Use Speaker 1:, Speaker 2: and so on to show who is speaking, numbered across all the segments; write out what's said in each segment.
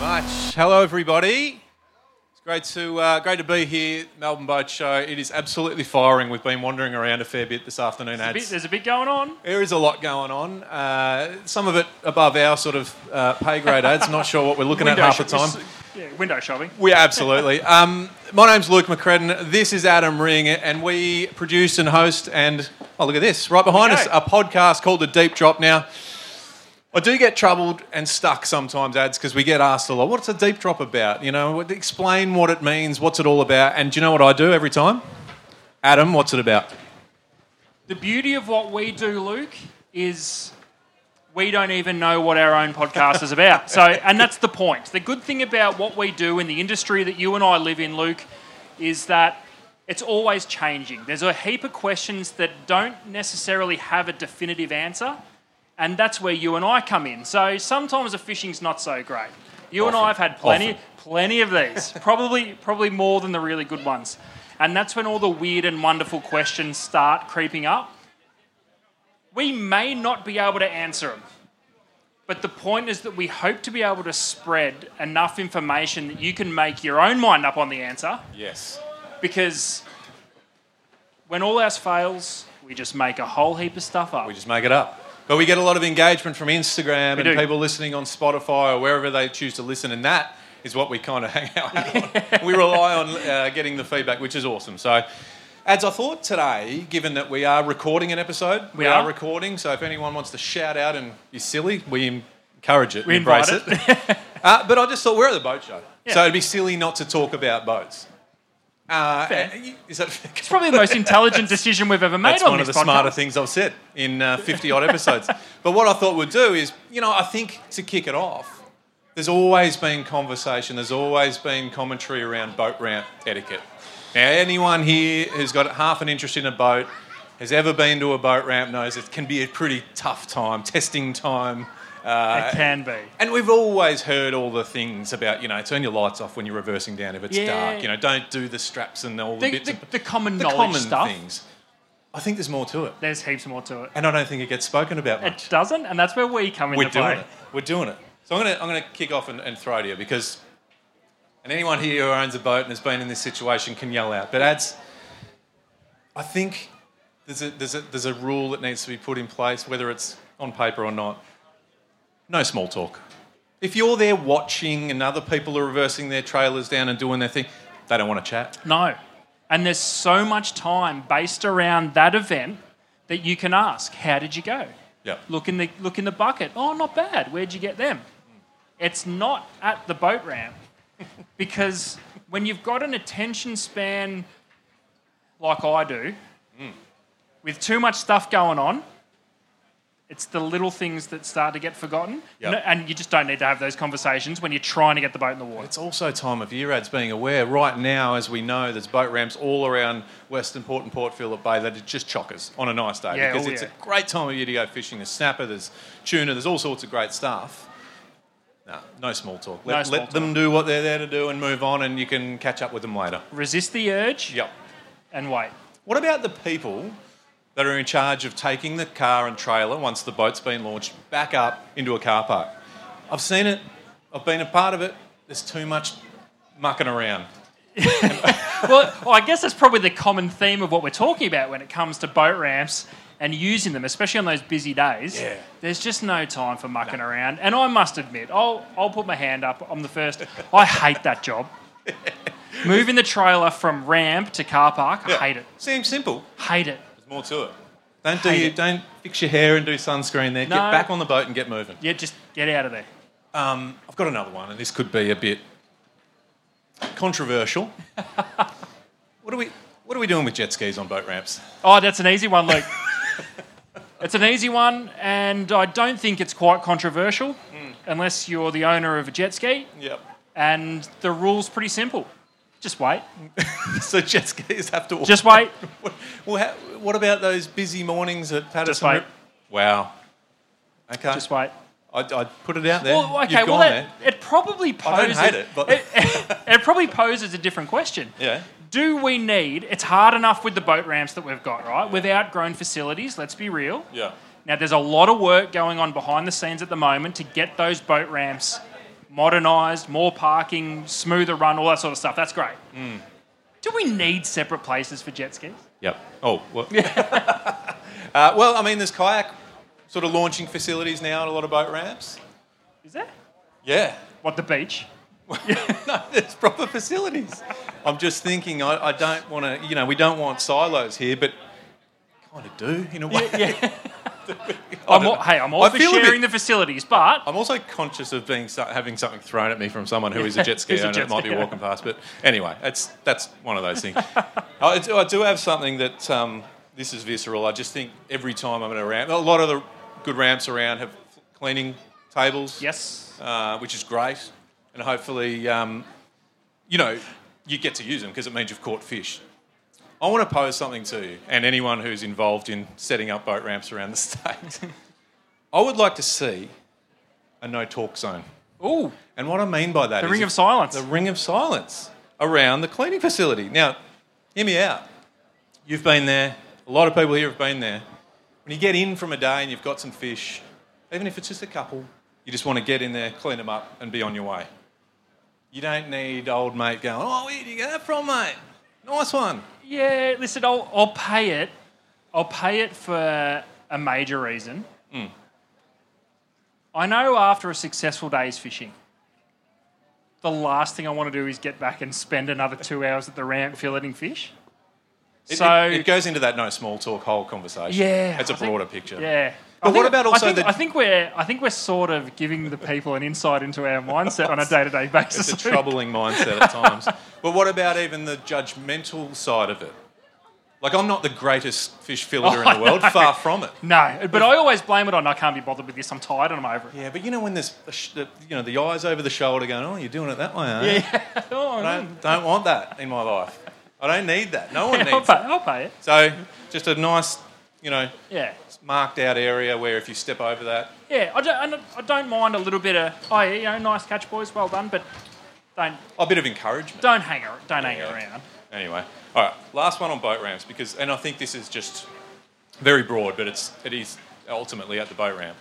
Speaker 1: much. Hello, everybody. It's great to uh, great to be here, Melbourne Boat Show. It is absolutely firing. We've been wandering around a fair bit this afternoon.
Speaker 2: There's a bit,
Speaker 1: Ads.
Speaker 2: there's a bit going on.
Speaker 1: There is a lot going on. Uh, some of it above our sort of uh, pay grade. Ads. Not sure what we're looking at half the
Speaker 2: shop-
Speaker 1: time.
Speaker 2: Yeah, window shopping.
Speaker 1: We absolutely. Um, my name's Luke McCredden. This is Adam Ring, and we produce and host. And oh, look at this right behind
Speaker 2: we
Speaker 1: us,
Speaker 2: go.
Speaker 1: a podcast called The Deep Drop. Now, I do get troubled and stuck sometimes, ads, because we get asked a lot, "What's a deep drop about?" You know, what- explain what it means, what's it all about. And do you know what I do every time? Adam, what's it about?
Speaker 2: The beauty of what we do, Luke, is we don't even know what our own podcast is about. So, and that's the point. The good thing about what we do in the industry that you and I live in, Luke, is that it's always changing. There's a heap of questions that don't necessarily have a definitive answer, and that's where you and I come in. So sometimes the fishing's not so great. You and I have had plenty,
Speaker 1: Often.
Speaker 2: plenty of these. probably, probably more than the really good ones. And that's when all the weird and wonderful questions start creeping up we may not be able to answer them. But the point is that we hope to be able to spread enough information that you can make your own mind up on the answer
Speaker 1: Yes.
Speaker 2: because when all else fails, we just make a whole heap of stuff up.
Speaker 1: We just make it up. But we get a lot of engagement from Instagram and
Speaker 2: do.
Speaker 1: people listening on Spotify or wherever they choose to listen, and that is what we kind of hang out on. we rely on uh, getting the feedback, which is awesome. So, as I thought today, given that we are recording an episode, we,
Speaker 2: We
Speaker 1: are.
Speaker 2: are.
Speaker 1: recording. So, if anyone wants to shout out and be silly, we encourage it,
Speaker 2: We
Speaker 1: embrace
Speaker 2: invite
Speaker 1: it. uh, but I just thought we're at the boat show, so
Speaker 2: Yeah.
Speaker 1: it'd be silly not to talk about boats. Uh,
Speaker 2: Fair.
Speaker 1: Is that
Speaker 2: it's probably the most intelligent decision we've ever made
Speaker 1: that's
Speaker 2: on
Speaker 1: one of
Speaker 2: this
Speaker 1: the
Speaker 2: podcast.
Speaker 1: smarter things I've said in uh, 50 odd episodes. but what I thought we'd do is, you know, I think to kick it off, there's always been conversation, there's always been commentary around boat ramp etiquette. Now, anyone here who's got half an interest in a boat, has ever been to a boat ramp, knows it can be a pretty tough time, testing time. Uh,
Speaker 2: It can be.
Speaker 1: and we've always heard all the things about, you know, turn your lights off when you're reversing down if it's
Speaker 2: Yeah.
Speaker 1: dark, you know, don't do the straps and all the,
Speaker 2: The,
Speaker 1: bits
Speaker 2: the,
Speaker 1: and-
Speaker 2: the common
Speaker 1: the
Speaker 2: knowledge
Speaker 1: common
Speaker 2: stuff.
Speaker 1: things. I think there's more to it.
Speaker 2: There's heaps more to it.
Speaker 1: And I don't think it gets spoken about
Speaker 2: It
Speaker 1: much.
Speaker 2: doesn't, and that's where we come
Speaker 1: We're
Speaker 2: into
Speaker 1: doing
Speaker 2: play.
Speaker 1: it. We're doing it. So I'm gonna I'm gonna kick off and, and throw to you because and anyone here who owns a boat and has been in this situation can yell out. But ads I think there's a there's a there's a rule that needs to be put in place, whether it's on paper or not. No small talk. If you're there watching and other people are reversing their trailers down and doing their thing, they don't want to chat.
Speaker 2: No. And there's so much time based around that event that you can ask, how did you go?
Speaker 1: Yeah.
Speaker 2: Look in the look in the bucket. Oh, not bad. Where'd you get them? It's not at the boat ramp because when you've got an attention span like I do, with too much stuff going on, it's the little things that start to get forgotten.
Speaker 1: Yep.
Speaker 2: No- and you just don't need to have those conversations when you're trying to get the boat in the water.
Speaker 1: It's also time of year, ads being aware. Right now, as we know, there's boat ramps all around Western Port and Port Phillip Bay that are just chockers on a nice day
Speaker 2: Yeah,
Speaker 1: because
Speaker 2: oh
Speaker 1: it's
Speaker 2: yeah.
Speaker 1: a great time of year to go fishing. There's snapper, there's tuna, there's all sorts of great stuff. No, no small talk. Let,
Speaker 2: No small
Speaker 1: let them do what they're there to do and move on, and you can catch up with them later.
Speaker 2: Resist the urge
Speaker 1: Yep.
Speaker 2: and wait.
Speaker 1: What about the people that are in charge of taking the car and trailer once the boat's been launched back up into a car park? I've seen it. I've been a part of it. There's too much mucking around.
Speaker 2: well, well, I guess that's probably the common theme of what we're talking about when it comes to boat ramps and using them, especially on those busy days.
Speaker 1: Yeah.
Speaker 2: There's just no time for mucking around. And I must admit, I'll, I'll put my hand up. I'm the first. I hate that job. Moving the trailer from ramp to car park, I hate it.
Speaker 1: Seems simple.
Speaker 2: Hate it.
Speaker 1: There's more to it. Don't do
Speaker 2: Hate
Speaker 1: you,
Speaker 2: it.
Speaker 1: don't fix your hair and do sunscreen there. Get
Speaker 2: No.
Speaker 1: back on the boat and get moving.
Speaker 2: Yeah, just get out of there.
Speaker 1: Um, I've got another one, and this could be a bit controversial. what are we What are we doing with jet skis on boat ramps?
Speaker 2: Oh, that's an easy one, Luke. it's an easy one, and I don't think it's quite controversial unless you're the owner of a jet ski.
Speaker 1: Yep.
Speaker 2: And the rule's pretty simple just wait.
Speaker 1: so jet skis have to.
Speaker 2: Just wait.
Speaker 1: Well, ha- what about those busy mornings at Patterson?
Speaker 2: wait.
Speaker 1: Rip- Wow. Okay.
Speaker 2: Just wait.
Speaker 1: I, I put it out there.
Speaker 2: Well, okay.
Speaker 1: You've
Speaker 2: well,
Speaker 1: gone
Speaker 2: that, it probably
Speaker 1: I don't
Speaker 2: poses.
Speaker 1: hate it, but-
Speaker 2: it, it probably poses a different question.
Speaker 1: there.
Speaker 2: Do we need? It's hard enough with the boat ramps that we've got, right? With outgrown facilities. Let's be real.
Speaker 1: Yeah. Yeah.
Speaker 2: Now, there's a lot of work going on behind the scenes at the moment to get those boat ramps modernised, more parking, smoother run, all that sort of stuff. That's great.
Speaker 1: Hmm.
Speaker 2: Do we need separate places for jet skis?
Speaker 1: Yep. Oh, well. uh, well, I mean, there's kayak sort of launching facilities now at a lot of boat ramps.
Speaker 2: Is there?
Speaker 1: Yeah.
Speaker 2: What, the beach?
Speaker 1: no, there's proper facilities. I'm just thinking, I, I don't want to, you know, we don't want silos here, but kind of do in a way.
Speaker 2: Yeah.
Speaker 1: I
Speaker 2: I'm
Speaker 1: don't
Speaker 2: all,
Speaker 1: know.
Speaker 2: hey, I'm all
Speaker 1: I
Speaker 2: for
Speaker 1: feel a bit-
Speaker 2: sharing the facilities, but
Speaker 1: I'm also conscious of being so- having something thrown at me from someone who is a jet ski
Speaker 2: Who's a
Speaker 1: owner
Speaker 2: jet
Speaker 1: that might be
Speaker 2: ski
Speaker 1: walking past. But anyway, it's, that's one of those things. I, do, I do have something that um, this is visceral. I just think every time I'm at a ramp, a lot of the good ramps around have cleaning tables.
Speaker 2: yes.
Speaker 1: uh, which is great. And hopefully, um, you know, you get to use them because it means you've caught fish. I want to pose something to you and anyone who's involved in setting up boat ramps around the state. I would like to see a no talk zone.
Speaker 2: Ooh,
Speaker 1: And what I mean by that
Speaker 2: the
Speaker 1: is
Speaker 2: ring
Speaker 1: if-
Speaker 2: of silence.
Speaker 1: the ring of silence around the cleaning facility. Now, hear me out. You've been there. A lot of people here have been there. When you get in from a day and you've got some fish, even if it's just a couple, you just want to get in there, clean them up, and be on your way. You don't need old mate going, "Oh, where did you get that from, mate? Nice one."
Speaker 2: Yeah, listen, I'll, I'll pay it. I'll pay it for a major reason.
Speaker 1: Hmm.
Speaker 2: I know after a successful day's fishing, the last thing I want to do is get back and spend another two hours at the ramp filleting fish.
Speaker 1: It,
Speaker 2: so
Speaker 1: it, it goes into that no small talk whole conversation.
Speaker 2: yeah,
Speaker 1: it's a
Speaker 2: I think-
Speaker 1: broader picture.
Speaker 2: Yeah.
Speaker 1: But
Speaker 2: I
Speaker 1: what
Speaker 2: think-
Speaker 1: about
Speaker 2: I
Speaker 1: also
Speaker 2: think,
Speaker 1: the-
Speaker 2: I think we're I think we're sort of giving the people an insight into our mindset on a day to day basis.
Speaker 1: It's a troubling mindset at times. But what about even the judgmental side of it? Like, I'm not the greatest fish filleter in the world, far from it.
Speaker 2: no, but I always blame it on I can't be bothered with this. I'm tired and I'm over it.
Speaker 1: Yeah, but you know when there's, a sh- the, you know, the eyes over the shoulder going, oh, you're doing it that way, eh?
Speaker 2: Oh,
Speaker 1: I don't, don't want that in my life. I don't need that. No one
Speaker 2: I'll
Speaker 1: needs
Speaker 2: pay,
Speaker 1: it.
Speaker 2: I'll pay it.
Speaker 1: So, just a nice, you know,
Speaker 2: Yeah.
Speaker 1: marked out area where if you step over that,
Speaker 2: Yeah, I don't, I don't- I don't mind a little bit of, oh, yeah, you know, nice catch, boys, well done, but don't
Speaker 1: a bit of encouragement.
Speaker 2: don't hang, ar- don't hang
Speaker 1: Yeah.
Speaker 2: around.
Speaker 1: Anyway, all right. Last one on boat ramps because, and I think this is just very broad, but it's it is ultimately at the boat ramp.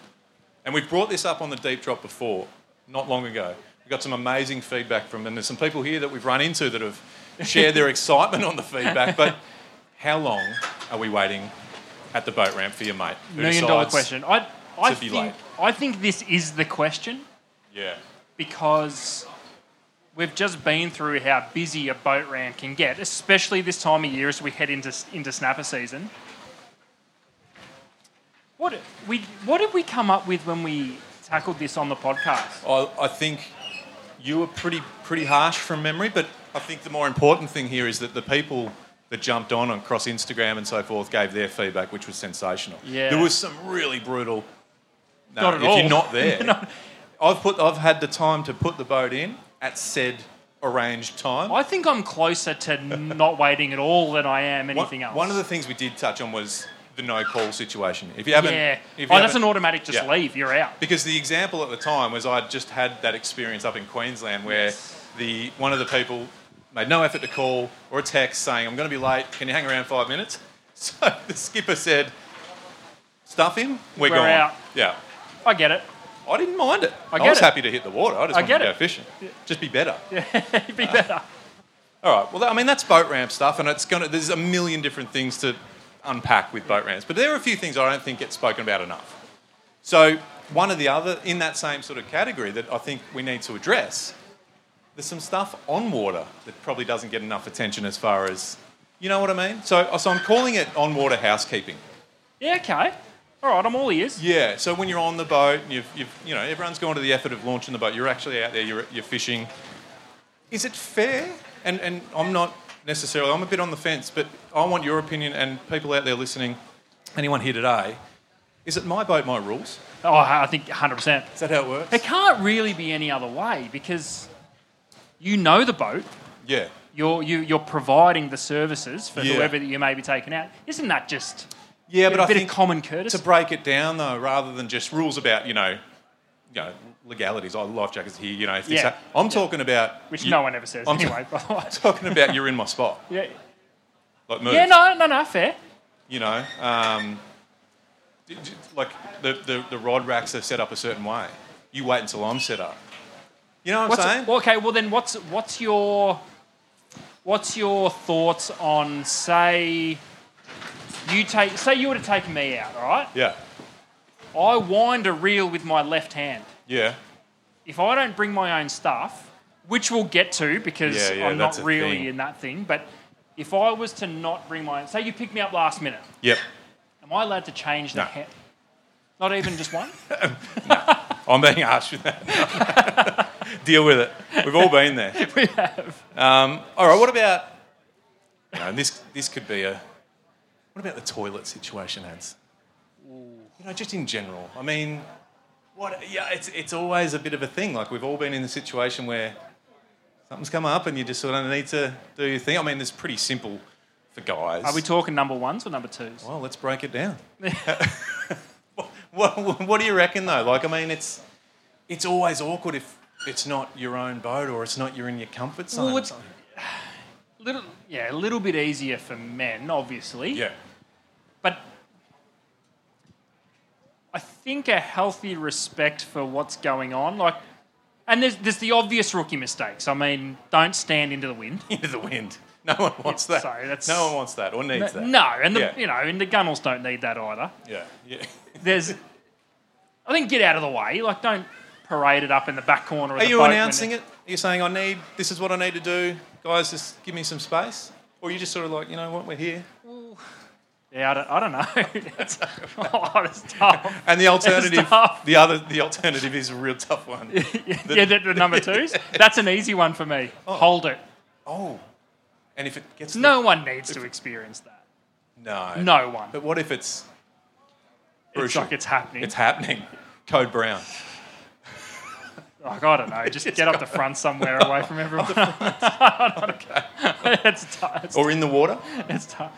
Speaker 1: And we've brought this up on the deep drop before, not long ago. We got some amazing feedback from, and there's some people here that we've run into that have shared their excitement on the feedback. But how long are we waiting at the boat ramp for your mate? Who
Speaker 2: Million dollar
Speaker 1: decides-
Speaker 2: question. I, I,
Speaker 1: to be
Speaker 2: think,
Speaker 1: late.
Speaker 2: I think this is the question
Speaker 1: Yeah.
Speaker 2: because we've just been through how busy a boat ramp can get, especially this time of year as we head into, into snapper season. What, we, what did we come up with when we tackled this on the podcast?
Speaker 1: I, I think you were pretty pretty harsh from memory, but I think the more important thing here is that the people that jumped on across Instagram and so forth gave their feedback, which was sensational.
Speaker 2: Yeah.
Speaker 1: there was some really brutal. No,
Speaker 2: Not at
Speaker 1: if
Speaker 2: all.
Speaker 1: you're not there, I've put I've had the time to put the boat in at said arranged time.
Speaker 2: I think I'm closer to not waiting at all than I am anything
Speaker 1: one,
Speaker 2: else.
Speaker 1: One of the things we did touch on was the no call situation. If you haven't,
Speaker 2: yeah.
Speaker 1: if you
Speaker 2: oh, that's
Speaker 1: haven't-
Speaker 2: an automatic. Just
Speaker 1: Yeah.
Speaker 2: leave. You're out.
Speaker 1: Because the example at the time was I'd just had that experience up in Queensland where the one of the people made no effort to call or a text saying, I'm going to be late, can you hang around five minutes? So the skipper said, stuff him, we're,
Speaker 2: We're
Speaker 1: gone.
Speaker 2: out.
Speaker 1: Yeah.
Speaker 2: I get it.
Speaker 1: I didn't mind it. I,
Speaker 2: get
Speaker 1: was
Speaker 2: it.
Speaker 1: happy to hit the water. I just
Speaker 2: I
Speaker 1: wanted
Speaker 2: get
Speaker 1: to go
Speaker 2: it.
Speaker 1: fishing. Just be better.
Speaker 2: It'd
Speaker 1: Uh.
Speaker 2: be better.
Speaker 1: All right. Well, I mean, that's boat ramp stuff, and it's going to, there's a million different things to unpack with boat ramps. But there are a few things I don't think get spoken about enough. So, one of the other, in that same sort of category that I think we need to address, there's some stuff on water that probably doesn't get enough attention as far as, you know what I mean? So, so I'm calling it on water housekeeping.
Speaker 2: Yeah. Okay. All right. I'm all ears.
Speaker 1: Yeah. So when you're on the boat, and you've, you've you know everyone's gone to the effort of launching the boat. You're actually out there. You're, you're fishing. Is it fair? And and I'm not necessarily. I'm a bit on the fence, but I want your opinion. And people out there listening, anyone here today, is it my boat, my rules?
Speaker 2: Oh, I I think 100. percent
Speaker 1: Is that how it works?
Speaker 2: It can't really be any other way because you know the boat.
Speaker 1: Yeah.
Speaker 2: You're you, you're providing the services for
Speaker 1: Yeah.
Speaker 2: whoever that you may be taking out. Isn't that just
Speaker 1: Yeah, but
Speaker 2: a
Speaker 1: I
Speaker 2: bit
Speaker 1: think
Speaker 2: of common courtesy?
Speaker 1: to break it down though, rather than just rules about you know, you know legalities. Oh, life jackets here. You know, if this
Speaker 2: Yeah.
Speaker 1: hap- I'm talking about
Speaker 2: Which
Speaker 1: you-
Speaker 2: no one ever says
Speaker 1: I'm-
Speaker 2: anyway. by the way.
Speaker 1: Talking about you're in my spot.
Speaker 2: yeah.
Speaker 1: Like move.
Speaker 2: Yeah. No. No. No. Fair.
Speaker 1: you know, um, d- d- like the, the, the rod racks are set up a certain way. You wait until I'm set up. You know what I'm
Speaker 2: What's-
Speaker 1: saying?
Speaker 2: well, okay, well then, what's what's your what's your thoughts on say you take say you were to take me out, all right?
Speaker 1: yeah.
Speaker 2: I wind a reel with my left hand.
Speaker 1: Yeah.
Speaker 2: If I don't bring my own stuff, which we'll get to because
Speaker 1: Yeah, yeah,
Speaker 2: I'm not
Speaker 1: that's a
Speaker 2: really
Speaker 1: thing.
Speaker 2: in that thing, but if I was to not bring my say you pick me up last minute,
Speaker 1: Yep.
Speaker 2: am I allowed to change the
Speaker 1: No.
Speaker 2: hand? Not even just one.
Speaker 1: I'm being harsh with that. Deal with it. We've all been there.
Speaker 2: we have.
Speaker 1: Um, all right. What about? You know, this this could be a. What about the toilet situation, Hans? You know, just in general. I mean, what? Yeah, it's it's always a bit of a thing. Like we've all been in the situation where something's come up and you just sort of need to do your thing. I mean, it's pretty simple for guys.
Speaker 2: Are we talking number ones or number twos?
Speaker 1: well, let's break it down. what, what, what do you reckon though? Like, I mean, it's it's always awkward if it's not your own boat or it's not you're in your comfort zone.
Speaker 2: Well, it's little, yeah, a little bit easier for men, obviously.
Speaker 1: yeah.
Speaker 2: But I think a healthy respect for what's going on, like, and there's there's the obvious rookie mistakes. I mean, don't stand into the wind.
Speaker 1: into the wind. No one wants that.
Speaker 2: sorry, that's-
Speaker 1: No one wants that or needs that.
Speaker 2: no, and the
Speaker 1: Yeah.
Speaker 2: you know, and the gunnels don't need that either.
Speaker 1: Yeah. Yeah.
Speaker 2: There's, I think, get out of the way. Like, don't parade it up in the back corner. Of
Speaker 1: Are
Speaker 2: the
Speaker 1: you
Speaker 2: boat when
Speaker 1: announcing it? Are you saying I need this is what I need to do, guys? Just give me some space, or are you just sort of like you know what we're here?
Speaker 2: Yeah, I don't, I don't know. It's a lot of stuff.
Speaker 1: And the alternative,
Speaker 2: tough.
Speaker 1: the other, the alternative is a real tough one.
Speaker 2: yeah, the, the number twos. That's an easy one for me. Hold it.
Speaker 1: oh, and if it gets to
Speaker 2: No one needs to experience that.
Speaker 1: the, no,
Speaker 2: No one.
Speaker 1: But what if it's
Speaker 2: It's
Speaker 1: crucial?
Speaker 2: like it's happening.
Speaker 1: It's happening. Code brown.
Speaker 2: like, I don't know. Just get up the front somewhere away from everyone. it's tough. It's,
Speaker 1: Or in the water?
Speaker 2: it's tough.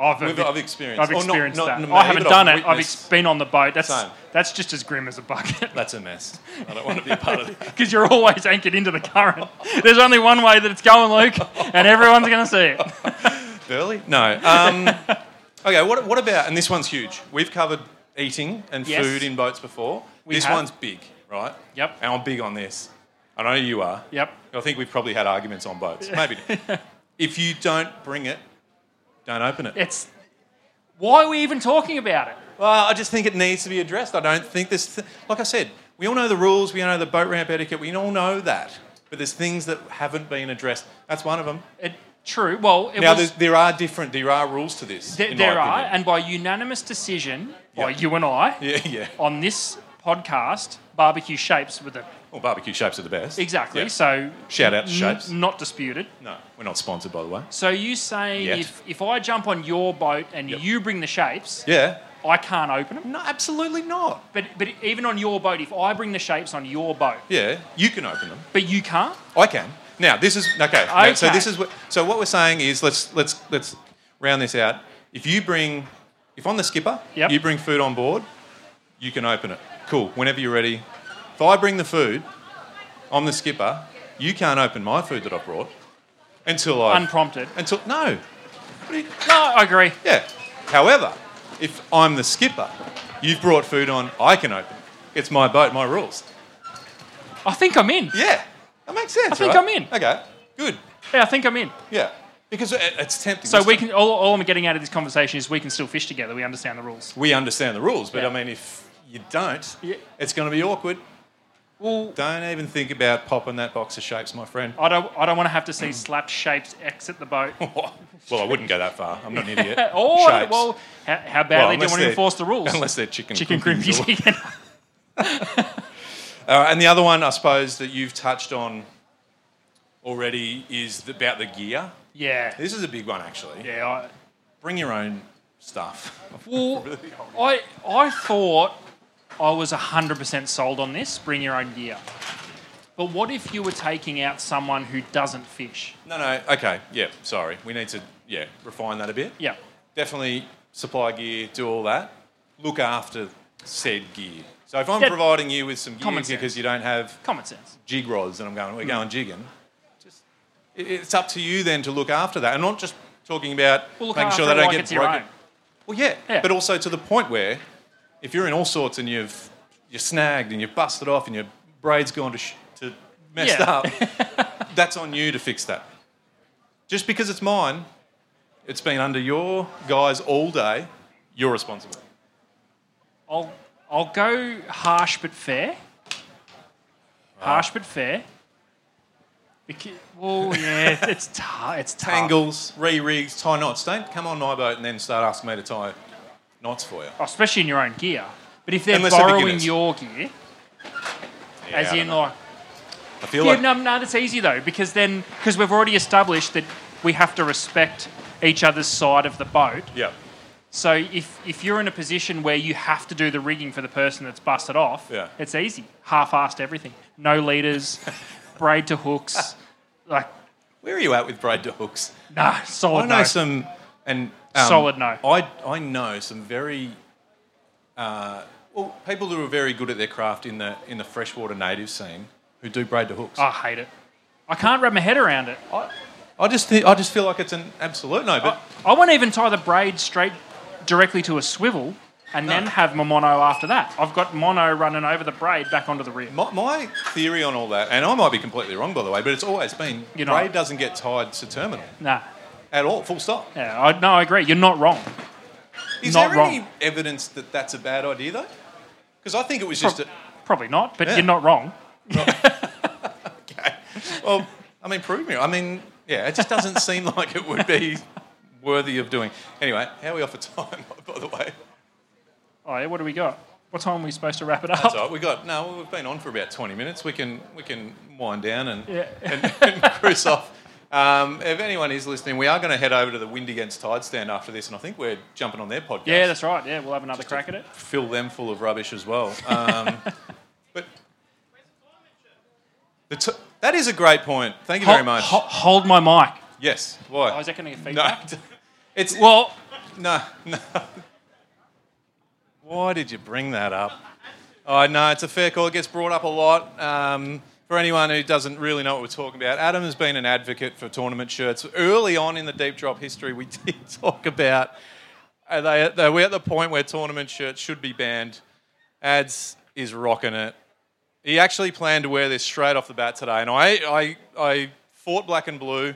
Speaker 2: I've,
Speaker 1: We've, I've experienced.
Speaker 2: I've
Speaker 1: or not-
Speaker 2: experienced
Speaker 1: not-
Speaker 2: that. Oh,
Speaker 1: not
Speaker 2: I
Speaker 1: me,
Speaker 2: haven't
Speaker 1: but
Speaker 2: done
Speaker 1: I've
Speaker 2: it. I've
Speaker 1: witnessed-
Speaker 2: ex- been on the boat. That's
Speaker 1: Same.
Speaker 2: that's just as grim as a bucket
Speaker 1: That's a mess. I don't want to be a part of that.
Speaker 2: because you're always anchored into the current. There's only one way that it's going, Luke, and everyone's going to see it.
Speaker 1: Burley? No. Um, okay, what, what about, and this one's huge. We've covered eating and
Speaker 2: Yes.
Speaker 1: food in boats before.
Speaker 2: We
Speaker 1: this
Speaker 2: have.
Speaker 1: one's big, right?
Speaker 2: Yep.
Speaker 1: And I'm big on this. I know you are.
Speaker 2: Yep.
Speaker 1: I think we've probably had arguments on boats. Maybe. if you don't bring it, don't open it.
Speaker 2: It's why are we even talking about it?
Speaker 1: Well, I just think it needs to be addressed. I don't think this, th- like I said, we all know the rules, we all know the boat ramp etiquette, we all know that. But there's things that haven't been addressed. That's one of them.
Speaker 2: it true. Well, it
Speaker 1: Now, there's
Speaker 2: was,
Speaker 1: there are different, there are rules to this.
Speaker 2: there,
Speaker 1: in my
Speaker 2: there are,
Speaker 1: opinion.
Speaker 2: and by unanimous decision by
Speaker 1: Yep.
Speaker 2: you and I
Speaker 1: Yeah, yeah.
Speaker 2: on this podcast, barbecue shapes with the
Speaker 1: Well, barbecue shapes are the best.
Speaker 2: exactly.
Speaker 1: Yeah.
Speaker 2: So
Speaker 1: Shout out to
Speaker 2: n-
Speaker 1: Shapes.
Speaker 2: not disputed.
Speaker 1: No, we're not sponsored, by the way.
Speaker 2: So you saying
Speaker 1: Yet.
Speaker 2: if if I jump on your boat and
Speaker 1: Yep.
Speaker 2: you bring the shapes,
Speaker 1: Yeah.
Speaker 2: I can't open them.
Speaker 1: No, absolutely not.
Speaker 2: But but even on your boat, if I bring the shapes on your boat,
Speaker 1: Yeah, you can open them.
Speaker 2: but you can't.
Speaker 1: I can. Now, this is okay. now, So
Speaker 2: Okay.
Speaker 1: this is what. So what we're saying is, let's let's let's round this out. If you bring, if I'm the skipper,
Speaker 2: Yep.
Speaker 1: you bring food on board, you can open it. Cool. Whenever you're ready. If I bring the food, I'm the skipper. You can't open my food that I brought until I
Speaker 2: Unprompted.
Speaker 1: until no. What are you-
Speaker 2: No, I agree.
Speaker 1: Yeah. However, if I'm the skipper, you've brought food on, I can open. it. It's my boat, my rules.
Speaker 2: I think I'm in.
Speaker 1: Yeah, that makes sense. I
Speaker 2: think I'm in.
Speaker 1: Okay, good.
Speaker 2: Yeah, I think I'm in.
Speaker 1: Yeah, because it, it's tempting.
Speaker 2: So we can. All, all I'm getting out of this conversation is we can still fish together. We understand the rules.
Speaker 1: we understand the rules, but
Speaker 2: Yeah.
Speaker 1: I mean, if you don't,
Speaker 2: Yeah.
Speaker 1: it's going to be awkward.
Speaker 2: Well,
Speaker 1: Don't even think about popping that box of shapes, my friend.
Speaker 2: I don't, I don't want to have to
Speaker 1: Hmm.
Speaker 2: see slap shapes exit the boat.
Speaker 1: well, I wouldn't go that far. I'm not an idiot.
Speaker 2: Oh,
Speaker 1: Oh, Shapes.
Speaker 2: well, how, how
Speaker 1: Well,
Speaker 2: badly do you
Speaker 1: unless
Speaker 2: want to
Speaker 1: they're-
Speaker 2: enforce the rules?
Speaker 1: Unless they're chicken,
Speaker 2: Chicken
Speaker 1: crimpings or
Speaker 2: crimpies again.
Speaker 1: Uh, and the other one, I suppose, that you've touched on already is about the gear.
Speaker 2: yeah.
Speaker 1: This is a big one, actually.
Speaker 2: Yeah. I,
Speaker 1: Bring your own stuff.
Speaker 2: well, I, I thought I was 100% sold on this bring your own gear. But what if you were taking out someone who doesn't fish?
Speaker 1: no, no. Okay. Yeah. Sorry. We need to yeah refine that a bit.
Speaker 2: Yeah.
Speaker 1: Definitely supply gear. Do all that. Look after said gear. So if I'm
Speaker 2: Yeah.
Speaker 1: providing you with some gear
Speaker 2: Common sense. Hmm.
Speaker 1: because you don't have
Speaker 2: Common sense.
Speaker 1: jig rods and I'm going, we're going jigging. Just it- it's up to you then to look after that, and not just talking about
Speaker 2: Well, look
Speaker 1: making
Speaker 2: after
Speaker 1: sure they
Speaker 2: it
Speaker 1: don't
Speaker 2: like
Speaker 1: get
Speaker 2: it's your
Speaker 1: broken.
Speaker 2: own.
Speaker 1: Well, yeah,
Speaker 2: Yeah.
Speaker 1: but also to the point where if you're in all sorts and you've you're snagged and you've busted off and your braid's gone to, sh- to messed
Speaker 2: Yeah.
Speaker 1: up, that's on you to fix that. Just because it's mine, it's been under your guys all day, you're responsible.
Speaker 2: I'll I'll go harsh but fair. Harsh but fair. Because, well, yeah, it's tough. It's tough.
Speaker 1: Tangles, re rigs, tie knots. Don't come on my boat and then start asking me to tie knots for you.
Speaker 2: Oh, especially in your own gear. But if they're
Speaker 1: Unless they're
Speaker 2: borrowing
Speaker 1: beginners.
Speaker 2: your gear,
Speaker 1: Yeah,
Speaker 2: as
Speaker 1: I don't
Speaker 2: in
Speaker 1: know.
Speaker 2: like,
Speaker 1: I feel
Speaker 2: yeah,
Speaker 1: like
Speaker 2: no, no, that's easy though because then because we've already established that we have to respect each other's side of the boat.
Speaker 1: yeah,
Speaker 2: So if if you're in a position where you have to do the rigging for the person that's busted off,
Speaker 1: Yeah.
Speaker 2: it's easy. Half-assed everything. No leaders, braid to hooks, like
Speaker 1: where are you at with braid to hooks?
Speaker 2: nah, solid.
Speaker 1: I know
Speaker 2: no.
Speaker 1: some and um,
Speaker 2: Solid no.
Speaker 1: I I know some very uh, well people who are very good at their craft in the in the freshwater native scene who do braid to hooks.
Speaker 2: I hate it. I can't wrap my head around it.
Speaker 1: I, I just think I just feel like it's an absolute no. But
Speaker 2: I won't even tie the braid straight directly to a swivel and then have my mono after that. I've got mono running over the braid back onto the rear.
Speaker 1: my, my theory on all that, and I might be completely wrong by the way, but it's always been
Speaker 2: You're not.
Speaker 1: braid doesn't get tied to terminal
Speaker 2: Nah.
Speaker 1: at all. Full stop.
Speaker 2: Yeah, I, no, I agree. You're not wrong.
Speaker 1: Is
Speaker 2: Not
Speaker 1: there any
Speaker 2: wrong.
Speaker 1: evidence that that's a bad idea though? Because I think it was just a,
Speaker 2: Probably not, but
Speaker 1: Yeah.
Speaker 2: you're not wrong.
Speaker 1: Okay. Well, I mean, prove me. I mean, yeah, it just doesn't seem like it would be worthy of doing. Anyway, how are we off for time, by the way?
Speaker 2: All right, Oh, what do we got? What time are we supposed to wrap it up?
Speaker 1: That's all right. We got no. We've been on for about twenty minutes. We can we can wind down and
Speaker 2: Yeah.
Speaker 1: and, and cruise off. Um, if anyone is listening, we are going to head over to the Wind Against Tide stand after this, and I think we're jumping on their podcast.
Speaker 2: Yeah, that's right. Yeah, we'll have another crack at it.
Speaker 1: fill them full of rubbish as well. Um, but the t- that is a great point. Thank you very
Speaker 2: Ho-
Speaker 1: much.
Speaker 2: ho- hold my mic.
Speaker 1: Yes. Why?
Speaker 2: Oh, is that going to get
Speaker 1: No,
Speaker 2: feedback?
Speaker 1: it's
Speaker 2: Well,
Speaker 1: no, no. Why did you bring that up? I know it's a fair call. It gets brought up a lot. Um, for anyone who doesn't really know what we're talking about, Adam has been an advocate for tournament shirts. Early on in the deep drop history, we did talk about uh, they, they we're at the point where tournament shirts should be banned. Ads is rocking it. He actually planned to wear this straight off the bat today, and I, I, I fought black and blue,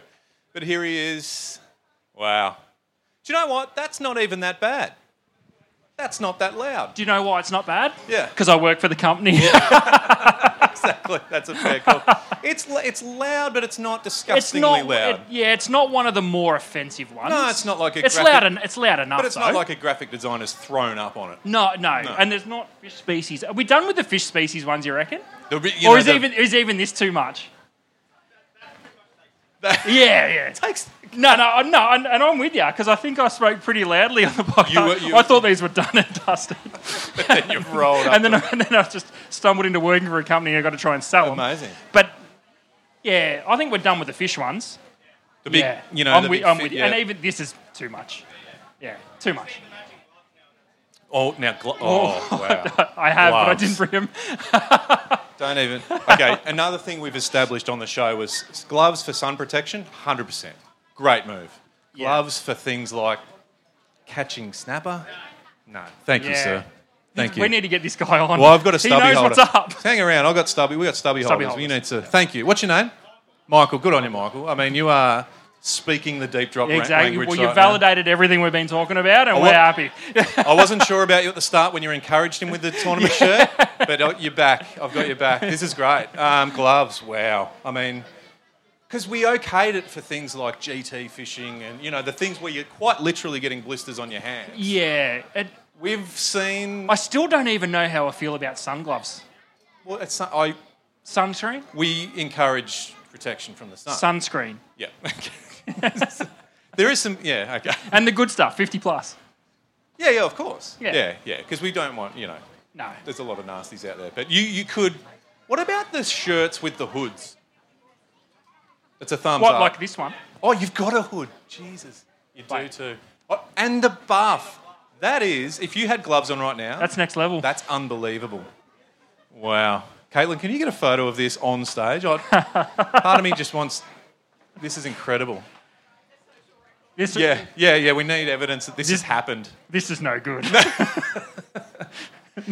Speaker 1: but here he is. Wow. Do you know what? That's not even that bad. That's not that loud.
Speaker 2: do you know why it's not bad?
Speaker 1: Yeah.
Speaker 2: Because I work for the company.
Speaker 1: Exactly. That's a fair call. it's, l- it's loud, but it's not
Speaker 2: it's
Speaker 1: disgustingly
Speaker 2: not.
Speaker 1: loud.
Speaker 2: it- yeah, it's not one of the more offensive ones.
Speaker 1: no, it's not like a
Speaker 2: It's
Speaker 1: graphic.
Speaker 2: loud. En- it's loud enough.
Speaker 1: but it's
Speaker 2: though.
Speaker 1: not like a graphic designer's thrown up on it.
Speaker 2: No, no, and there's not fish species. Are we done with the fish species ones? You reckon?
Speaker 1: The re- you
Speaker 2: Or
Speaker 1: know,
Speaker 2: is
Speaker 1: the-
Speaker 2: even is even this too much?
Speaker 1: that-
Speaker 2: Yeah, yeah.
Speaker 1: takes-
Speaker 2: No, no, I- no, and, and I'm with you because I think I spoke pretty loudly on the podcast.
Speaker 1: You were- you
Speaker 2: I
Speaker 1: were-
Speaker 2: thought these were done and dusted,
Speaker 1: then you've rolled up.
Speaker 2: and then and then I just stumbled into working for a company. I got to try and sell them.
Speaker 1: Amazing.
Speaker 2: But yeah, I think we're done with the fish ones.
Speaker 1: The big,
Speaker 2: yeah,
Speaker 1: you know,
Speaker 2: I'm
Speaker 1: the
Speaker 2: with,
Speaker 1: big
Speaker 2: I'm
Speaker 1: fi-
Speaker 2: with you.
Speaker 1: yeah.
Speaker 2: And even this is too much. Yeah, too much.
Speaker 1: Oh, now, gl- oh, wow.
Speaker 2: I have, but I
Speaker 1: Gloves.
Speaker 2: didn't bring them.
Speaker 1: Don't even. Okay, another thing we've established on the show was s- gloves for sun protection, 100%. Great move.
Speaker 2: Yeah.
Speaker 1: Gloves for things like catching snapper? No. Thank you,
Speaker 2: Yeah.
Speaker 1: sir. Thank you.
Speaker 2: We need to get this guy on.
Speaker 1: well, I've got a stubby
Speaker 2: He knows
Speaker 1: holder.
Speaker 2: what's up.
Speaker 1: Hang around. I've got stubby. We've got stubby,
Speaker 2: Stubby
Speaker 1: holders. We need
Speaker 2: holders.
Speaker 1: to. Thank you. What's your name? Michael. Good on you, Michael. I mean, you are speaking the deep drop ra-
Speaker 2: Exactly.
Speaker 1: language.
Speaker 2: Well, you
Speaker 1: right now.
Speaker 2: validated everything we've been talking about, and
Speaker 1: I
Speaker 2: we're
Speaker 1: wa-
Speaker 2: happy.
Speaker 1: I wasn't sure about you at the start when you encouraged him with the tournament shirt, but uh, you're back. I've got your back. This is great. Um, gloves, wow. I mean, because we okayed it for things like GT fishing and, you know, the things where you're quite literally getting blisters on your hands.
Speaker 2: yeah. It,
Speaker 1: We've seen.
Speaker 2: I still don't even know how I feel about sungloves.
Speaker 1: Well, it's, not- I,
Speaker 2: Sunscreen?
Speaker 1: we encourage protection from the sun.
Speaker 2: Uh, Sunscreen.
Speaker 1: Yeah. there is some. Yeah, okay.
Speaker 2: And the good stuff, 50 plus.
Speaker 1: Yeah, yeah, of course.
Speaker 2: Yeah.
Speaker 1: Yeah, yeah. Because we don't want, you know,
Speaker 2: No.
Speaker 1: there's a lot of nasties out there. But you, you could. What about the shirts with the hoods? It's a thumbs
Speaker 2: What,
Speaker 1: up.
Speaker 2: like this one?
Speaker 1: oh, you've got a hood. Jesus, you do
Speaker 2: Wait.
Speaker 1: too. Oh, and the buff. That is, if you had gloves on right now,
Speaker 2: That's next level.
Speaker 1: that's unbelievable. Wow, Caitlin, can you get a photo of this on stage? I, part of me just wants. This is incredible.
Speaker 2: this,
Speaker 1: Yeah, yeah, yeah. We need evidence that this has happened.
Speaker 2: this is no good.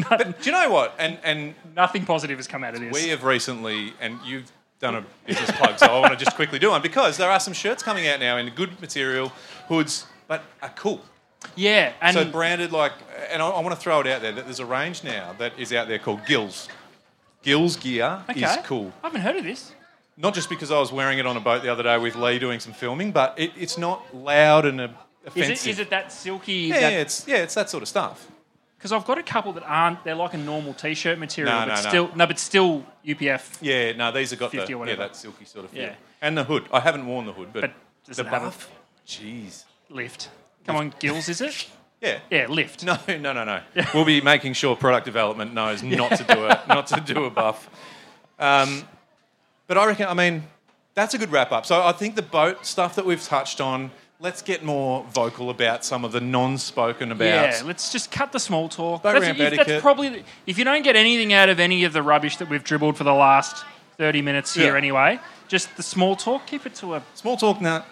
Speaker 1: But do you know what? And and
Speaker 2: Nothing positive has come out of this.
Speaker 1: We have recently, and you've done a business plug, so I want to just quickly do one because there are some shirts coming out now in good material, hoods, but are cool.
Speaker 2: Yeah, and
Speaker 1: so branded like, and I, I want to throw it out there that there's a range now that is out there called Gills. Gills gear is
Speaker 2: okay.
Speaker 1: cool.
Speaker 2: I haven't heard of this.
Speaker 1: Not just because I was wearing it on a boat the other day with Lee doing some filming, but it, it's not loud and uh,
Speaker 2: Is
Speaker 1: offensive.
Speaker 2: it, is it that silky?
Speaker 1: yeah, yeah, it's yeah, it's that sort of stuff.
Speaker 2: Because I've got a couple that aren't. They're like a normal t-shirt material,
Speaker 1: No,
Speaker 2: but
Speaker 1: no, no.
Speaker 2: still no, but still UPF.
Speaker 1: Yeah, no, these have got
Speaker 2: 50
Speaker 1: the,
Speaker 2: or
Speaker 1: yeah,
Speaker 2: whatever.
Speaker 1: that silky sort of feel.
Speaker 2: Yeah.
Speaker 1: And the hood. I haven't worn the hood, but,
Speaker 2: But does
Speaker 1: the
Speaker 2: it have a-
Speaker 1: buff. Jeez.
Speaker 2: Lift. Come on, Gills, is it?
Speaker 1: Yeah.
Speaker 2: Yeah, lift.
Speaker 1: No, no, no, no. We'll be making sure product development knows not to do a not to do a buff. Um, but I reckon, I mean, that's a good wrap up. So I think the boat stuff that we've touched on. Let's get more vocal about some of the non-spoken about.
Speaker 2: Yeah, let's just cut the small talk.
Speaker 1: Don't
Speaker 2: That's,
Speaker 1: ramp
Speaker 2: if- that's
Speaker 1: etiquette.
Speaker 2: probably the- if you don't get anything out of any of the rubbish that we've dribbled for the last thirty minutes here,
Speaker 1: Yeah.
Speaker 2: anyway. Just the small talk. Keep it to a
Speaker 1: Small talk now.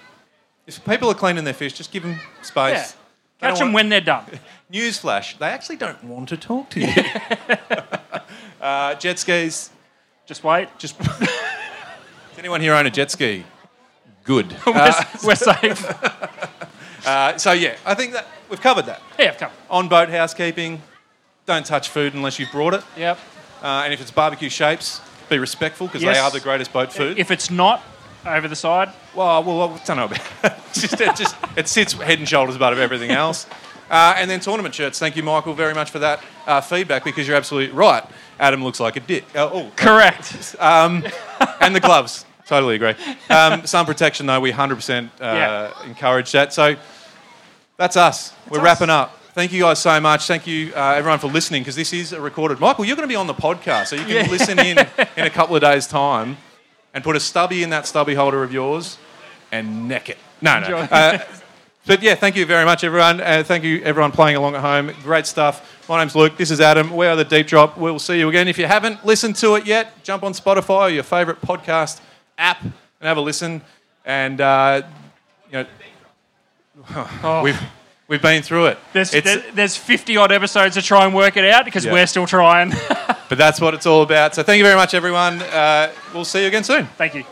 Speaker 1: If people are cleaning their fish, just give them space.
Speaker 2: yeah.
Speaker 1: They don't
Speaker 2: Catch them
Speaker 1: want-
Speaker 2: when they're done.
Speaker 1: Newsflash, they actually don't want to talk to you. uh, jet skis,
Speaker 2: Just wait.
Speaker 1: just. Does anyone here own a jet ski? Good.
Speaker 2: We're,
Speaker 1: Uh,
Speaker 2: we're safe.
Speaker 1: uh, so, yeah, I think that we've covered that.
Speaker 2: yeah, come.
Speaker 1: On boat housekeeping, don't touch food unless you've brought it.
Speaker 2: Yep.
Speaker 1: Uh, and if it's barbecue shapes, be respectful because
Speaker 2: Yes.
Speaker 1: they are the greatest boat food.
Speaker 2: If it's not over the side,
Speaker 1: Well, well, I don't know about it. just, it just it sits head and shoulders above everything else. Uh, and then tournament shirts. Thank you, Michael, very much for that uh, feedback because you're absolutely right. Adam looks like a dick. Uh, oh,
Speaker 2: correct.
Speaker 1: and the gloves. Totally agree. Um, sun protection, though, we 100% uh,
Speaker 2: Yeah.
Speaker 1: encourage that. So that's us. We're
Speaker 2: us.
Speaker 1: wrapping up. Thank you guys so much. Thank you, uh, everyone, for listening because this is a recorded. Michael, you're going to be on the podcast, so you can
Speaker 2: Yeah.
Speaker 1: listen in in a couple of days' time and put a stubby in that stubby holder of yours and neck it. No, no.
Speaker 2: Enjoy.
Speaker 1: Uh, but yeah, thank you very much, everyone. Uh, thank you, everyone playing along at home. Great stuff. My name's Luke. This is Adam. We are the Deep Drop. We'll see you again. If you haven't listened to it yet, jump on Spotify or your favourite podcast app and have a listen. And uh, you know,
Speaker 2: Oh.
Speaker 1: we've we've been through it.
Speaker 2: There's,
Speaker 1: It's-
Speaker 2: there- there's 50 odd episodes to try and work it out because
Speaker 1: Yeah.
Speaker 2: we're still trying.
Speaker 1: but that's what it's all about. So thank you very much, everyone. Uh, we'll see you again soon.
Speaker 2: Thank you.